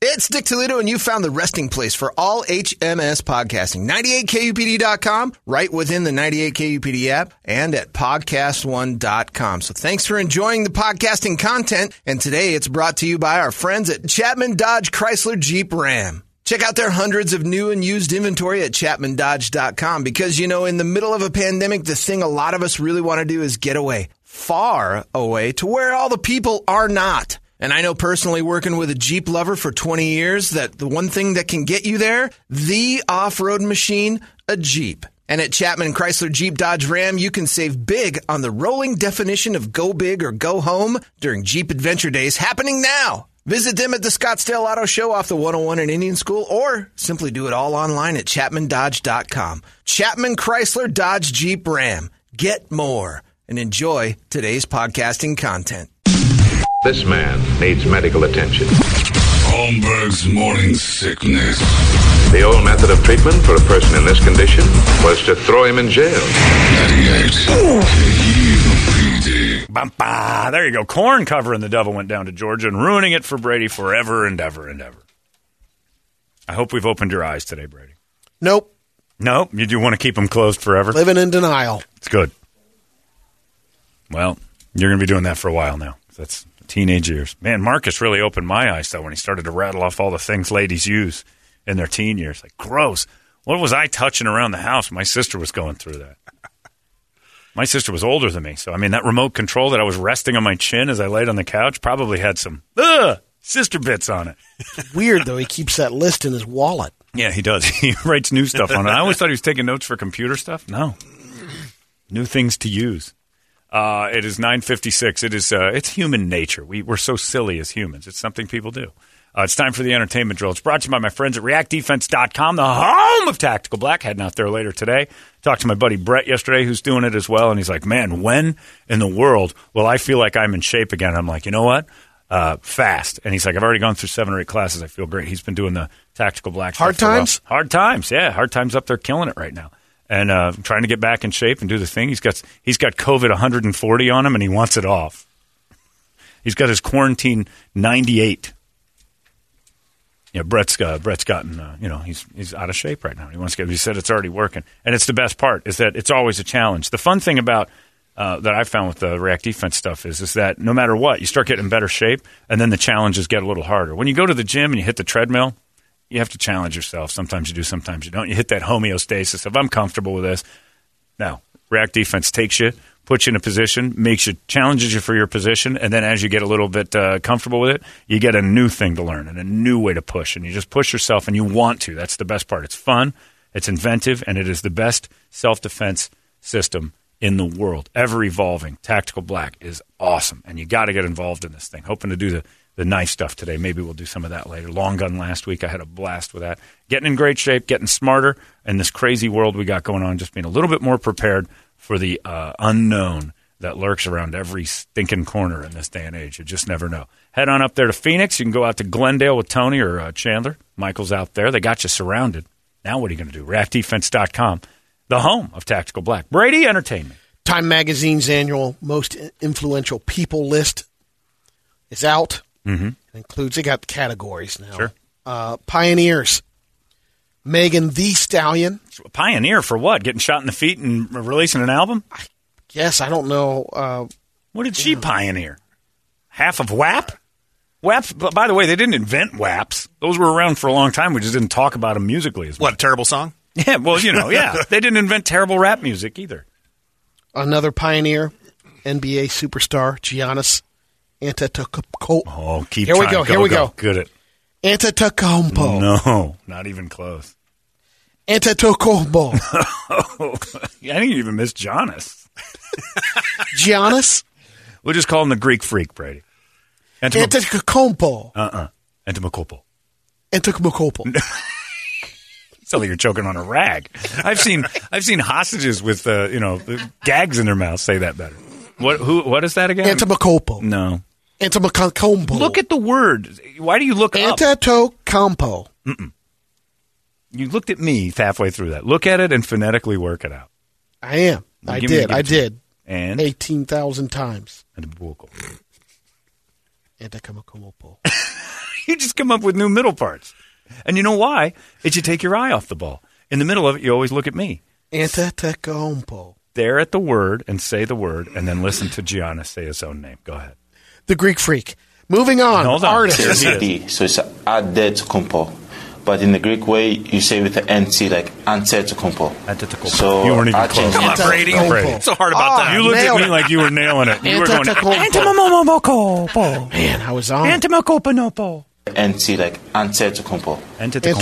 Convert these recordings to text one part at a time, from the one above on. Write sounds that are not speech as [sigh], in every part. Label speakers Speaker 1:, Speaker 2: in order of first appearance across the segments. Speaker 1: It's Dick Toledo, and you found the resting place for all HMS podcasting. 98kupd.com, right within the 98kupd app, and at podcast1.com. So thanks for enjoying the podcasting content. And today it's brought to you by our friends at Chapman Dodge Chrysler Jeep Ram. Check out their hundreds of new and used inventory at chapmandodge.com because, you know, in the middle of a pandemic, the thing a lot of us really want to do is get away, far away to where all the people are not. And I know personally, working with a Jeep lover for 20 years, that the one thing that can get you there, the off road machine, a Jeep. And at Chapman Chrysler Jeep Dodge Ram, you can save big on the rolling definition of go big or go home during Jeep Adventure Days happening now. Visit them at the Scottsdale Auto Show off the 101 in Indian School or simply do it all online at chapmandodge.com. Chapman Chrysler Dodge Jeep Ram. Get more and enjoy today's podcasting content.
Speaker 2: This man needs medical attention.
Speaker 3: Holmberg's morning sickness.
Speaker 2: The old method of treatment for a person in this condition was to throw him in jail.
Speaker 3: 98. KUPD.
Speaker 4: Bum, bah. There you go. Corn covering the devil went down to Georgia and ruining it for Brady forever and ever and ever. I hope we've opened your eyes today, Brady.
Speaker 5: Nope.
Speaker 4: No, you do want to keep them closed forever.
Speaker 5: Living in denial.
Speaker 4: It's good. Well, you're going to be doing that for a while now. That's teenage years. Man, Marcus really opened my eyes, though, when he started to rattle off all the things ladies use in their teen years. Like, gross. What was I touching around the house? My sister was going through that. My sister was older than me. So, I mean, that remote control that I was resting on my chin as I laid on the couch probably had some, ugh, sister bits on it.
Speaker 5: Weird though, he keeps that list in his wallet.
Speaker 4: Yeah, he does. [laughs] He writes new stuff on it. I always thought he was taking notes for computer stuff. No, new things to use. Uh, it is nine fifty six. It is. Uh, it's human nature. We we're so silly as humans. It's something people do. Uh, it's time for the entertainment drill. It's brought to you by my friends at ReactDefense.com, the home of Tactical Black. Heading out there later today. Talked to my buddy Brett yesterday, who's doing it as well, and he's like, "Man, when in the world will I feel like I'm in shape again?" I'm like, "You know what? Uh, fast." And he's like, "I've already gone through seven or eight classes. I feel great." He's been doing the Tactical Black
Speaker 5: Hard
Speaker 4: stuff for a while.
Speaker 5: times?
Speaker 4: Hard times, yeah, hard times up there, killing it right now, and uh, trying to get back in shape and do the thing. He's got he's got COVID 140 on him, and he wants it off. He's got his quarantine 98. Yeah, Brett's uh, Brett's gotten uh, you know he's he's out of shape right now. He wants to get. He said it's already working, and it's the best part is that it's always a challenge. The fun thing about uh, that I found with the React Defense stuff is is that no matter what, you start getting in better shape, and then the challenges get a little harder. When you go to the gym and you hit the treadmill, you have to challenge yourself. Sometimes you do, sometimes you don't. You hit that homeostasis of I'm comfortable with this. No, React Defense takes you, puts you in a position, makes you challenges you for your position, and then as you get a little bit uh, comfortable with it, you get a new thing to learn and a new way to push, and you just push yourself, and you want to. That's the best part. It's fun, it's inventive, and it is the best self defense system in the world. Ever evolving. Tactical Black is awesome, and you got to get involved in this thing. Hoping to do the the knife stuff today. Maybe we'll do some of that later. Long gun last week, I had a blast with that. Getting in great shape, getting smarter, and this crazy world we got going on, just being a little bit more prepared for the uh, unknown that lurks around every stinking corner in this day and age. You just never know. Head on up there to Phoenix. You can go out to Glendale with Tony or uh, Chandler. Michael's out there. They got you surrounded. Now what are you going to do? RaftDefense.com, the home of Tactical Black. Brady Entertainment.
Speaker 5: Time Magazine's annual most influential people list is out. Mm-hmm. It includes they got categories now.
Speaker 4: Sure.
Speaker 5: Uh, pioneers. Megan the Stallion.
Speaker 4: Pioneer for what? Getting shot in the feet and releasing an album?
Speaker 5: Yes, I don't know. Uh,
Speaker 4: What did she pioneer? Half of WAP? WAP, b- by the way, they didn't invent WAPs. Those were around for a long time. We just didn't talk about them musically as much.
Speaker 6: What a terrible song!
Speaker 4: Yeah, well, you know, yeah. they didn't invent terrible rap music either.
Speaker 5: another pioneer, NBA superstar Giannis Antetokounmpo.
Speaker 4: Oh, keep
Speaker 5: Here we
Speaker 4: trying.
Speaker 5: go, here we go.
Speaker 4: Good at
Speaker 5: Antetokounmpo.
Speaker 4: No, not even close. [laughs]
Speaker 5: Antetokounmpo.
Speaker 4: Oh, I didn't even miss Jonas.
Speaker 5: Giannis
Speaker 4: We'll just call him the Greek freak, Brady. Antimo-
Speaker 5: Antetokounmpo.
Speaker 4: uh-uh. Antimokopo.
Speaker 5: Antetokounmpo.
Speaker 4: Sounds like you're choking on a rag. I've seen [laughs] I've seen hostages with uh, you know gags in their mouth say that better. What who what is that again?
Speaker 5: Antetokounmpo.
Speaker 4: no.
Speaker 5: Antetokounmpo.
Speaker 4: Look at the word. Why do you look up?
Speaker 5: Antetokounmpo.
Speaker 4: You looked at me halfway through that. Look at it and phonetically work it out.
Speaker 5: I am. I
Speaker 4: Give me- give
Speaker 5: did.
Speaker 4: it
Speaker 5: I
Speaker 4: to me.
Speaker 5: did.
Speaker 4: And
Speaker 5: 18,000 times.
Speaker 4: and a buckle.
Speaker 5: Antetokounmpo.
Speaker 4: [laughs] you just come up with new middle parts. And you know why? It's you take your eye off the ball. In the middle of it, you always look at me.
Speaker 5: Antetokounmpo.
Speaker 4: There at the word and say the word, and then listen to Giannis say his own name. Go ahead.
Speaker 5: The Greek freak. Moving on.
Speaker 4: Hold on. Here
Speaker 5: Artist.
Speaker 4: he is.
Speaker 6: D. So it's Adetokounmpo. But in the Greek way, you say with the NT, like Antetokounmpo.
Speaker 4: Antetokounmpo.
Speaker 6: So
Speaker 4: You weren't even
Speaker 6: I
Speaker 4: close.
Speaker 6: changed
Speaker 4: Come
Speaker 6: it
Speaker 4: on,
Speaker 6: to
Speaker 5: Brady.
Speaker 6: Antetokounmpo.
Speaker 5: Brady.
Speaker 6: It's
Speaker 5: So hard
Speaker 4: Oh,
Speaker 5: about that.
Speaker 4: You looked at
Speaker 5: Nailed
Speaker 4: me
Speaker 5: it.
Speaker 4: like you were nailing it. You were going
Speaker 5: Antetokounmpo. Man, I was on.
Speaker 4: Antimacopanopo.
Speaker 6: NT, like Antetokounmpo. So I changed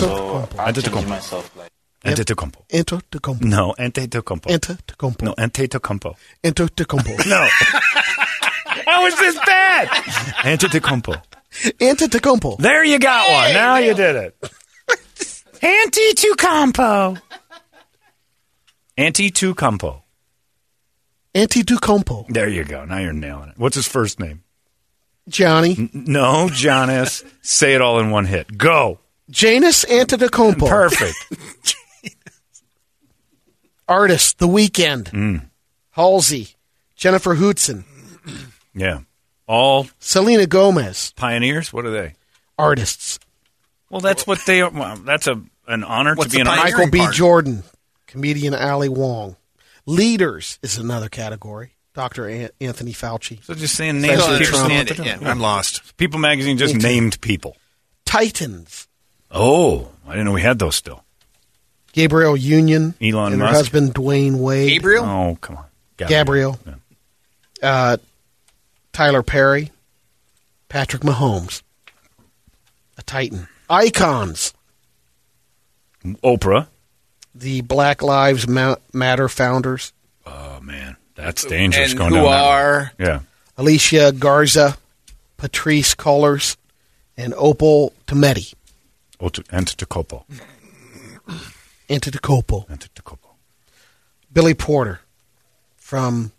Speaker 4: Antetokounmpo.
Speaker 6: myself. Like,
Speaker 4: Antetokounmpo.
Speaker 5: Antetokounmpo.
Speaker 4: No, Antetokounmpo.
Speaker 5: Antetokounmpo.
Speaker 4: No, Antetokounmpo.
Speaker 5: Antetokounmpo.
Speaker 4: No. [laughs] How was this bad? Antetokounmpo. [laughs]
Speaker 5: Antetokounmpo.
Speaker 4: There you got one. Now you did it. Anti Tucumpo. Anti Tucumpo.
Speaker 5: Antetokounmpo.
Speaker 4: There you go. Now you're nailing it. What's his first name? Mm.
Speaker 5: Johnny.
Speaker 4: No, Jonas. Say it all in one hit. Go.
Speaker 5: Janus Antetokounmpo.
Speaker 4: Perfect.
Speaker 5: Artist. The Weekend.
Speaker 4: Mm.
Speaker 5: Halsey. Jennifer Hudson.
Speaker 4: Yeah. All
Speaker 5: Selena Gomez.
Speaker 4: pioneers. What are they?
Speaker 5: Artists.
Speaker 4: Well, that's what they are. Well, that's a an honor
Speaker 1: What's
Speaker 4: to be
Speaker 1: the
Speaker 4: an
Speaker 1: pioneer?
Speaker 4: honor.
Speaker 5: Michael B.
Speaker 1: part.
Speaker 5: Jordan, comedian Ali Wong. Leaders is another category. Dr. An- Anthony Fauci.
Speaker 4: So just saying names.
Speaker 5: President
Speaker 4: of people.
Speaker 5: Trump.
Speaker 4: Understand it.
Speaker 1: Yeah, I'm lost.
Speaker 4: People magazine just
Speaker 5: Me too.
Speaker 4: named people.
Speaker 5: Titans.
Speaker 4: Oh, I didn't know we had those still.
Speaker 5: Gabriel Union.
Speaker 4: Elon
Speaker 5: and
Speaker 4: Musk.
Speaker 5: her husband Dwayne Wade.
Speaker 1: Gabriel?
Speaker 4: Oh, come on.
Speaker 5: Gabriel.
Speaker 4: Yeah.
Speaker 5: Uh, Tyler Perry. Patrick Mahomes. A Titan. Icons.
Speaker 4: Oprah.
Speaker 5: The Black Lives Ma- Matter founders.
Speaker 4: Oh man, that's dangerous.
Speaker 1: And
Speaker 4: going
Speaker 1: who
Speaker 4: down that
Speaker 1: are-
Speaker 4: road. yeah?
Speaker 5: Alicia Garza. Patrice Cullors. And Opal Tometi.
Speaker 4: Otu- Antetokounmpo.
Speaker 5: Antetokounmpo.
Speaker 4: Antetokounmpo.
Speaker 5: Billy Porter from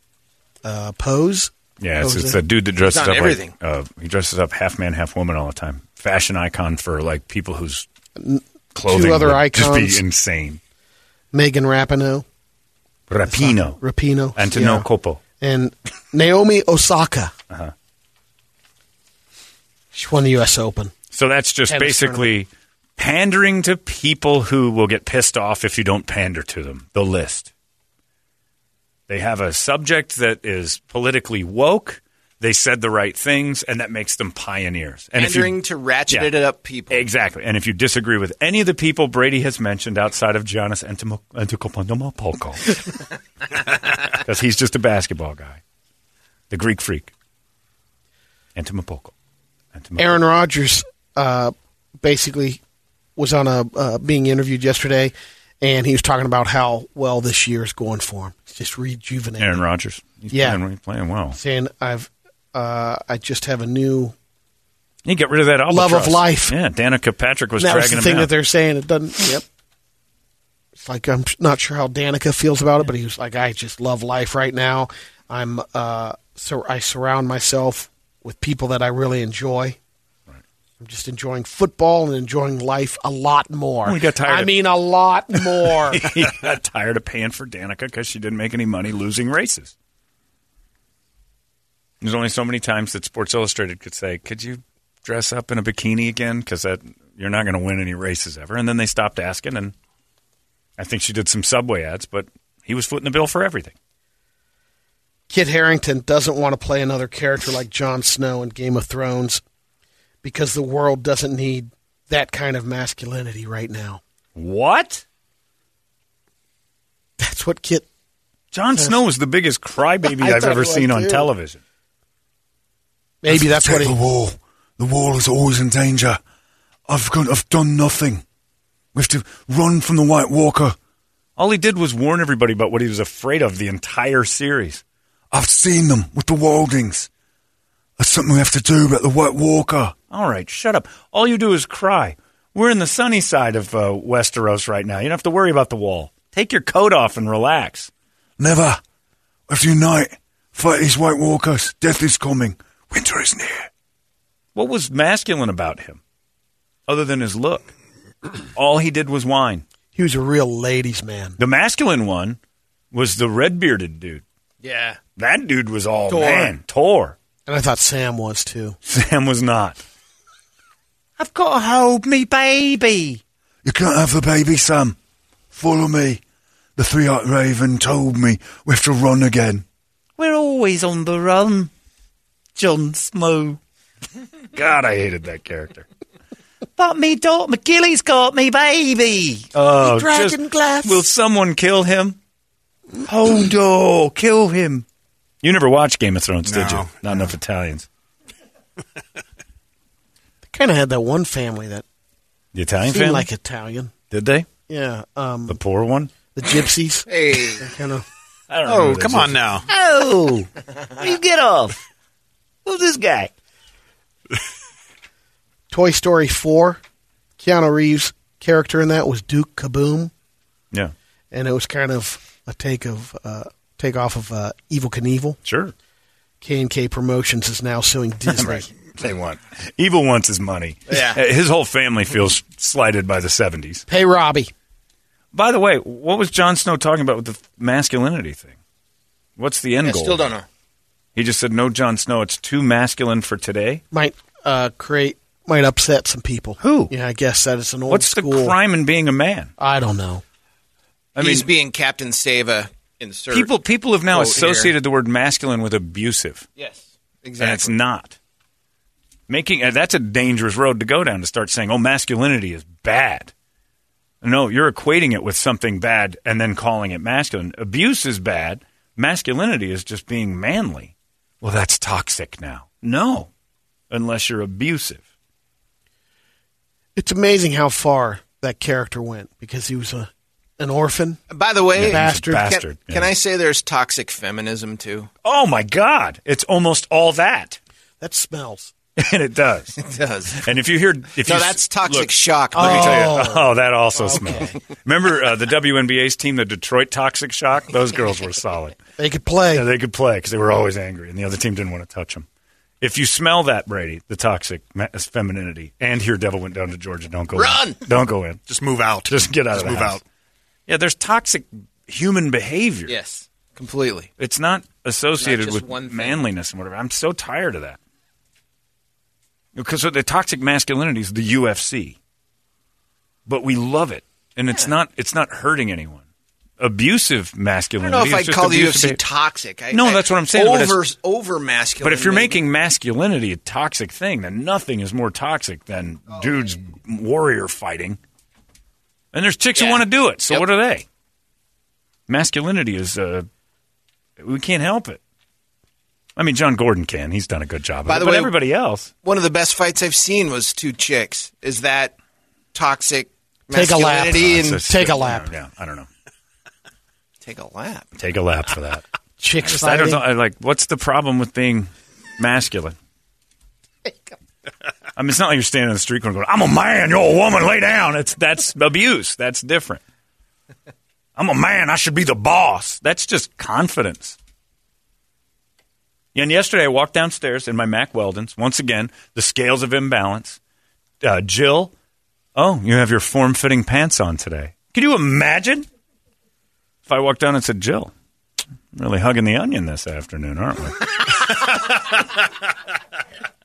Speaker 5: uh, Pose.
Speaker 4: Yeah,
Speaker 5: Oh,
Speaker 4: it's,
Speaker 5: is
Speaker 4: it's
Speaker 5: it?
Speaker 4: that dude that dresses
Speaker 1: He's on
Speaker 4: up like,
Speaker 1: everything.
Speaker 4: uh, he dresses up half man, half woman all the time. Fashion icon for like people whose clothing
Speaker 5: other
Speaker 4: would just
Speaker 5: icons.
Speaker 4: be insane.
Speaker 5: Megan Rapinoe.
Speaker 4: Rapino,
Speaker 5: Rapinoe.
Speaker 4: Antetokounmpo.
Speaker 5: yeah. And Naomi Osaka.
Speaker 4: Uh-huh.
Speaker 5: She won the U.S. Open.
Speaker 4: So that's just
Speaker 5: Tennis
Speaker 4: basically pandering to people who will get pissed off if you don't pander to them. The list. They have a subject that is politically woke. They said the right things, and that makes them pioneers. And if you-
Speaker 1: Pandering to ratchet
Speaker 4: Yeah.
Speaker 1: it up people.
Speaker 4: Exactly. And if you disagree with any of the people Brady has mentioned outside of Giannis Antimo- Antetokounmpo, because he's just a basketball guy, the Greek freak, Antetokounmpo. Antetokounmpo.
Speaker 5: Aaron Rodgers uh, basically was on a uh, being interviewed yesterday, and he was talking about how well this year is going for him. It's just rejuvenating.
Speaker 4: Aaron Rodgers. He's
Speaker 5: Yeah.
Speaker 4: playing, he's playing well.
Speaker 5: Saying I've, uh, I just have a new.
Speaker 4: He got rid of that albatross.
Speaker 5: Love of life.
Speaker 4: Yeah, Danica Patrick was
Speaker 5: that was
Speaker 4: dragging
Speaker 5: the thing
Speaker 4: him
Speaker 5: that
Speaker 4: out.
Speaker 5: they're saying. It doesn't. Yep. It's like I'm not sure how Danica feels about it, but he was like, I just love life right now. I'm uh, so I surround myself with people that I really enjoy. I'm just enjoying football and enjoying life a lot more.
Speaker 4: We got tired
Speaker 5: I
Speaker 4: of-
Speaker 5: mean,
Speaker 4: [laughs]
Speaker 5: a lot more.
Speaker 4: he got tired of paying for Danica because she didn't make any money losing races. There's only so many times that Sports Illustrated could say, "Could you dress up in a bikini again?" Because that you're not going to win any races ever. And then they stopped asking, and I think she did some Subway ads, but he was footing the bill for everything.
Speaker 5: Kit Harrington doesn't want to play another character like Jon Snow in Game of Thrones because the world doesn't need that kind of masculinity right now.
Speaker 4: What?
Speaker 5: That's what Kit
Speaker 4: Jon Snow is the biggest crybaby
Speaker 5: [laughs] I
Speaker 4: I've
Speaker 5: thought
Speaker 4: ever
Speaker 5: it was
Speaker 4: seen on
Speaker 5: too.
Speaker 4: television.
Speaker 5: Maybe that's what
Speaker 7: Protect
Speaker 5: he.
Speaker 7: the wall. The wall is always in danger. I've gone, I've done nothing. We have to run from the White Walker.
Speaker 4: All he did was warn everybody about what he was afraid of the entire series.
Speaker 7: I've seen them with the Waldings. That's something we have to do about the White Walker.
Speaker 4: Uh, All right, shut up. All you do is cry. We're in the sunny side of uh, Westeros right now. You don't have to worry about the wall. Take your coat off and relax.
Speaker 7: Never. We have to unite. Fight these White Walkers. Death is coming. Winter is near.
Speaker 4: What was masculine about him, other than his look? All he did was whine.
Speaker 5: He was a real ladies' man.
Speaker 4: The masculine one was the red bearded dude.
Speaker 1: Yeah.
Speaker 4: That dude was all
Speaker 1: Tor.
Speaker 4: [laughs] man, Tor.
Speaker 5: And I thought Sam was too.
Speaker 4: Sam was not.
Speaker 8: I've got to hold me baby.
Speaker 7: You can't have the baby, Sam. Follow me. The three-eyed raven told me we have to run again.
Speaker 8: We're always on the run. John Snow.
Speaker 4: God, I hated that character.
Speaker 8: But me dog McGilly's got me baby.
Speaker 4: Oh,
Speaker 8: dragon
Speaker 4: just-
Speaker 8: glass.
Speaker 4: Will someone kill him?
Speaker 8: Hold on, kill him.
Speaker 4: You never watched Game of Thrones, did you?
Speaker 1: No,
Speaker 4: Not enough Italians.
Speaker 5: Kind of had that one family that
Speaker 4: The Italian
Speaker 5: seemed
Speaker 4: family?
Speaker 5: like Italian.
Speaker 4: did they?
Speaker 5: Yeah, um,
Speaker 4: The
Speaker 5: the,
Speaker 4: poor one?
Speaker 5: gypsies.
Speaker 4: [laughs]
Speaker 9: Hey.
Speaker 5: kind of.
Speaker 4: I don't know.
Speaker 9: Oh, come on now.
Speaker 8: Oh, you get off. Who's this guy?
Speaker 5: Toy Story Four. Keanu Reeves' character in that was Duke Kaboom,
Speaker 4: Yeah,
Speaker 5: and it was kind of a take of uh, take off of uh, Evil Knievel.
Speaker 4: sure.
Speaker 5: K and K Promotions is
Speaker 4: [laughs]
Speaker 5: now suing Disney.
Speaker 4: They want. Evil wants his money. [laughs]
Speaker 9: Yeah.
Speaker 4: His whole family feels slighted by the 70s.
Speaker 5: Hey, Robbie.
Speaker 4: By the way, what was Jon Snow talking about with the masculinity thing? What's the end
Speaker 9: I
Speaker 4: goal?
Speaker 9: still don't know.
Speaker 4: He just said, no, Jon Snow, it's too masculine for today.
Speaker 5: might uh, create might upset some people.
Speaker 4: Who?
Speaker 5: Yeah, I guess that is an old
Speaker 4: What's
Speaker 5: school.
Speaker 4: the crime in being a man?
Speaker 5: I don't know.
Speaker 4: I
Speaker 9: He's
Speaker 4: mean,
Speaker 9: being Captain Sava insert.
Speaker 4: people, people have now
Speaker 9: quote here.
Speaker 4: associated the word masculine with abusive,
Speaker 9: Yes.
Speaker 4: and it's
Speaker 9: Exactly.
Speaker 4: not. Making uh, That's a dangerous road to go down to start saying, oh, masculinity is bad. No, you're equating it with something bad and then calling it masculine. Abuse is bad. Masculinity is just being manly. Well, that's toxic now. No, unless you're abusive.
Speaker 5: It's amazing how far that character went because he was a an orphan.
Speaker 9: By the way,
Speaker 5: Bastard.
Speaker 9: Can,
Speaker 4: Bastard,
Speaker 9: can
Speaker 4: yeah.
Speaker 9: I say there's toxic
Speaker 4: [laughs]
Speaker 9: feminism too?
Speaker 4: Oh my God! It's almost all that, [laughs]
Speaker 5: That smells.
Speaker 4: and it does.
Speaker 9: It does.
Speaker 4: And if you hear, if
Speaker 9: No,
Speaker 4: you
Speaker 9: that's toxic
Speaker 4: Look,
Speaker 9: shock.
Speaker 4: let me
Speaker 9: buddy.
Speaker 4: tell you. [laughs] Oh, that also smells. Remember uh, the WNBA's team, the Detroit Toxic Shock? Those girls were solid.
Speaker 5: They could play.
Speaker 4: Yeah, they could play because they were always angry, and the other team didn't want to touch them. If you smell that, Brady, the toxic ma- femininity, and your devil went down to Georgia, don't go
Speaker 9: Run!
Speaker 4: In. Don't go in.
Speaker 10: Just move out.
Speaker 4: Just get out of
Speaker 10: Just
Speaker 4: the
Speaker 10: move
Speaker 4: house.
Speaker 10: out.
Speaker 4: Yeah, there's toxic human behavior.
Speaker 9: Yes. Completely.
Speaker 4: It's not associated
Speaker 9: just
Speaker 4: with
Speaker 9: one thing.
Speaker 4: manliness and whatever. I'm so tired of that. Because the toxic masculinity is the UFC, but we love it, and it's not it's not hurting anyone. Abusive
Speaker 9: I don't
Speaker 4: masculinity.
Speaker 9: know if
Speaker 4: is
Speaker 9: I'd
Speaker 4: just
Speaker 9: call the
Speaker 4: abusive
Speaker 9: UFC
Speaker 4: behavior.
Speaker 9: toxic. I,
Speaker 4: No,
Speaker 9: I-
Speaker 4: that's what I'm saying, but it's-
Speaker 9: Over, over masculine.
Speaker 4: But if you're
Speaker 9: maybe.
Speaker 4: making masculinity a toxic thing, then nothing is more toxic than
Speaker 9: Oh,
Speaker 4: dudes warrior fighting. And there's chicks who
Speaker 9: Yeah.
Speaker 4: want to do it. So
Speaker 9: Yep.
Speaker 4: what are they? Masculinity is uh, we can't help it. I mean, John Gordon can. He's done a good job. of
Speaker 9: By
Speaker 4: it,
Speaker 9: the
Speaker 4: but
Speaker 9: way-
Speaker 4: everybody else,
Speaker 9: one of the best fights I've seen was two chicks. Is that toxic
Speaker 5: Take a lap.
Speaker 9: masculinity
Speaker 4: oh, It's
Speaker 9: and
Speaker 4: just-
Speaker 5: take a lap.
Speaker 4: Yeah, I don't know.
Speaker 9: take a lap?
Speaker 4: Take a lap for that.
Speaker 5: Chicks
Speaker 4: I don't
Speaker 5: fighting.
Speaker 4: know. I like, what's the problem with being masculine? I mean, it's not like you're standing on the street corner going, "I'm a man, you're a woman, lay down." It's that's abuse. That's different. I'm a man. I should be the boss. That's just confidence. And yesterday, I walked downstairs in my Mac Weldon's. Once again, the scales of imbalance. Uh, Jill, oh, you have your form-fitting pants on today. Could you imagine if I walked down and said, "Jill, Really hugging the onion this afternoon, aren't
Speaker 9: [laughs]
Speaker 4: we?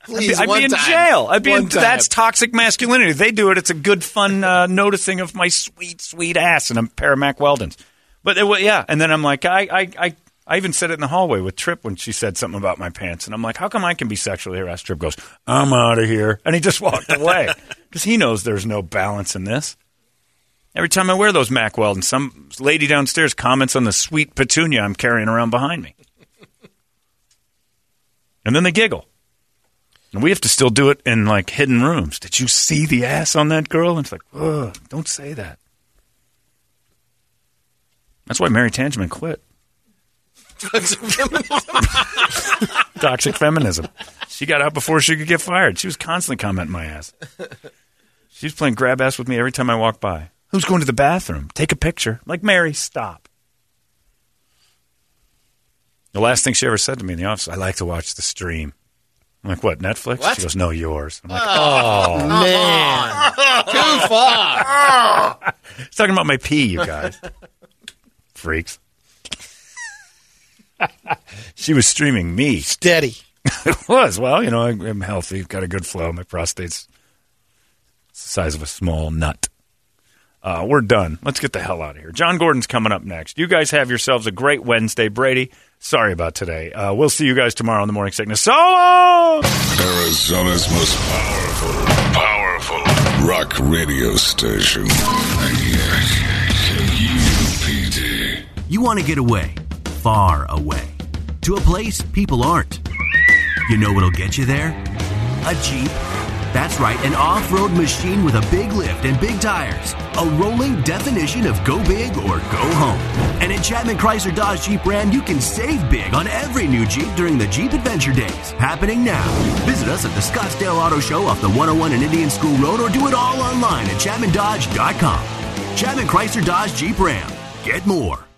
Speaker 9: Please,
Speaker 4: I'd
Speaker 9: one
Speaker 4: be in
Speaker 9: time.
Speaker 4: jail. I'd be in,
Speaker 9: One time.
Speaker 4: that's toxic masculinity. They do it. It's a good fun uh, noticing of my sweet, sweet ass, and I'm Paramac Weldon's. But it, wa- yeah, and then I'm like, I, I, I, I even said it in the hallway with Trip when she said something about my pants, and I'm like, how come I can be sexually harassed? Trip goes, I'm out of here, and he just walked
Speaker 9: [laughs]
Speaker 4: away because he knows there's no balance in this. Every time I wear those Mac Weldon, some lady downstairs comments on the sweet petunia I'm carrying around behind me. And then they giggle. And we have to still do it in like hidden rooms. Did you see the ass on that girl? And it's like, ugh, don't say that. That's why Mary Tangeman quit. Toxic feminism. She got out before she could get fired. She was constantly commenting my ass. She was playing grab ass with me every time I walked by. Who's going to the bathroom? Take a picture. I'm Like, Mary, stop. The last thing she ever said to me in the office, I like to watch the stream. I'm like, what, Netflix?
Speaker 9: What?
Speaker 4: She goes, no, yours. I'm like,
Speaker 5: Man,
Speaker 9: Too far.
Speaker 4: It's talking about my pee, you guys. [laughs] Freaks. [laughs] she was streaming me.
Speaker 5: steady.
Speaker 4: [laughs] It was. Well, you know, I, I'm healthy, got a good flow. My prostate's It's the size of a small nut. Uh, we're done. Let's get the hell out of here. John Gordon's coming up next. You guys have yourselves a great Wednesday, Brady. Sorry about today. Uh, we'll see you guys tomorrow on the morning sickness. So long!
Speaker 7: Arizona's most powerful, powerful rock radio station. 98 KUPD.
Speaker 10: You want to get away, far away, to a place people aren't. You know what'll get you there? A Jeep. That's right, an off road machine with a big lift and big tires. A rolling definition of go big or go home. And at Chapman Chrysler Dodge Jeep Ram, you can save big on every new Jeep during the Jeep Adventure Days, happening now. Visit us at the Scottsdale Auto Show off the 101 and Indian School Road or do it all online at ChapmanDodge.com. Chapman Chrysler Dodge Jeep Ram. Get more.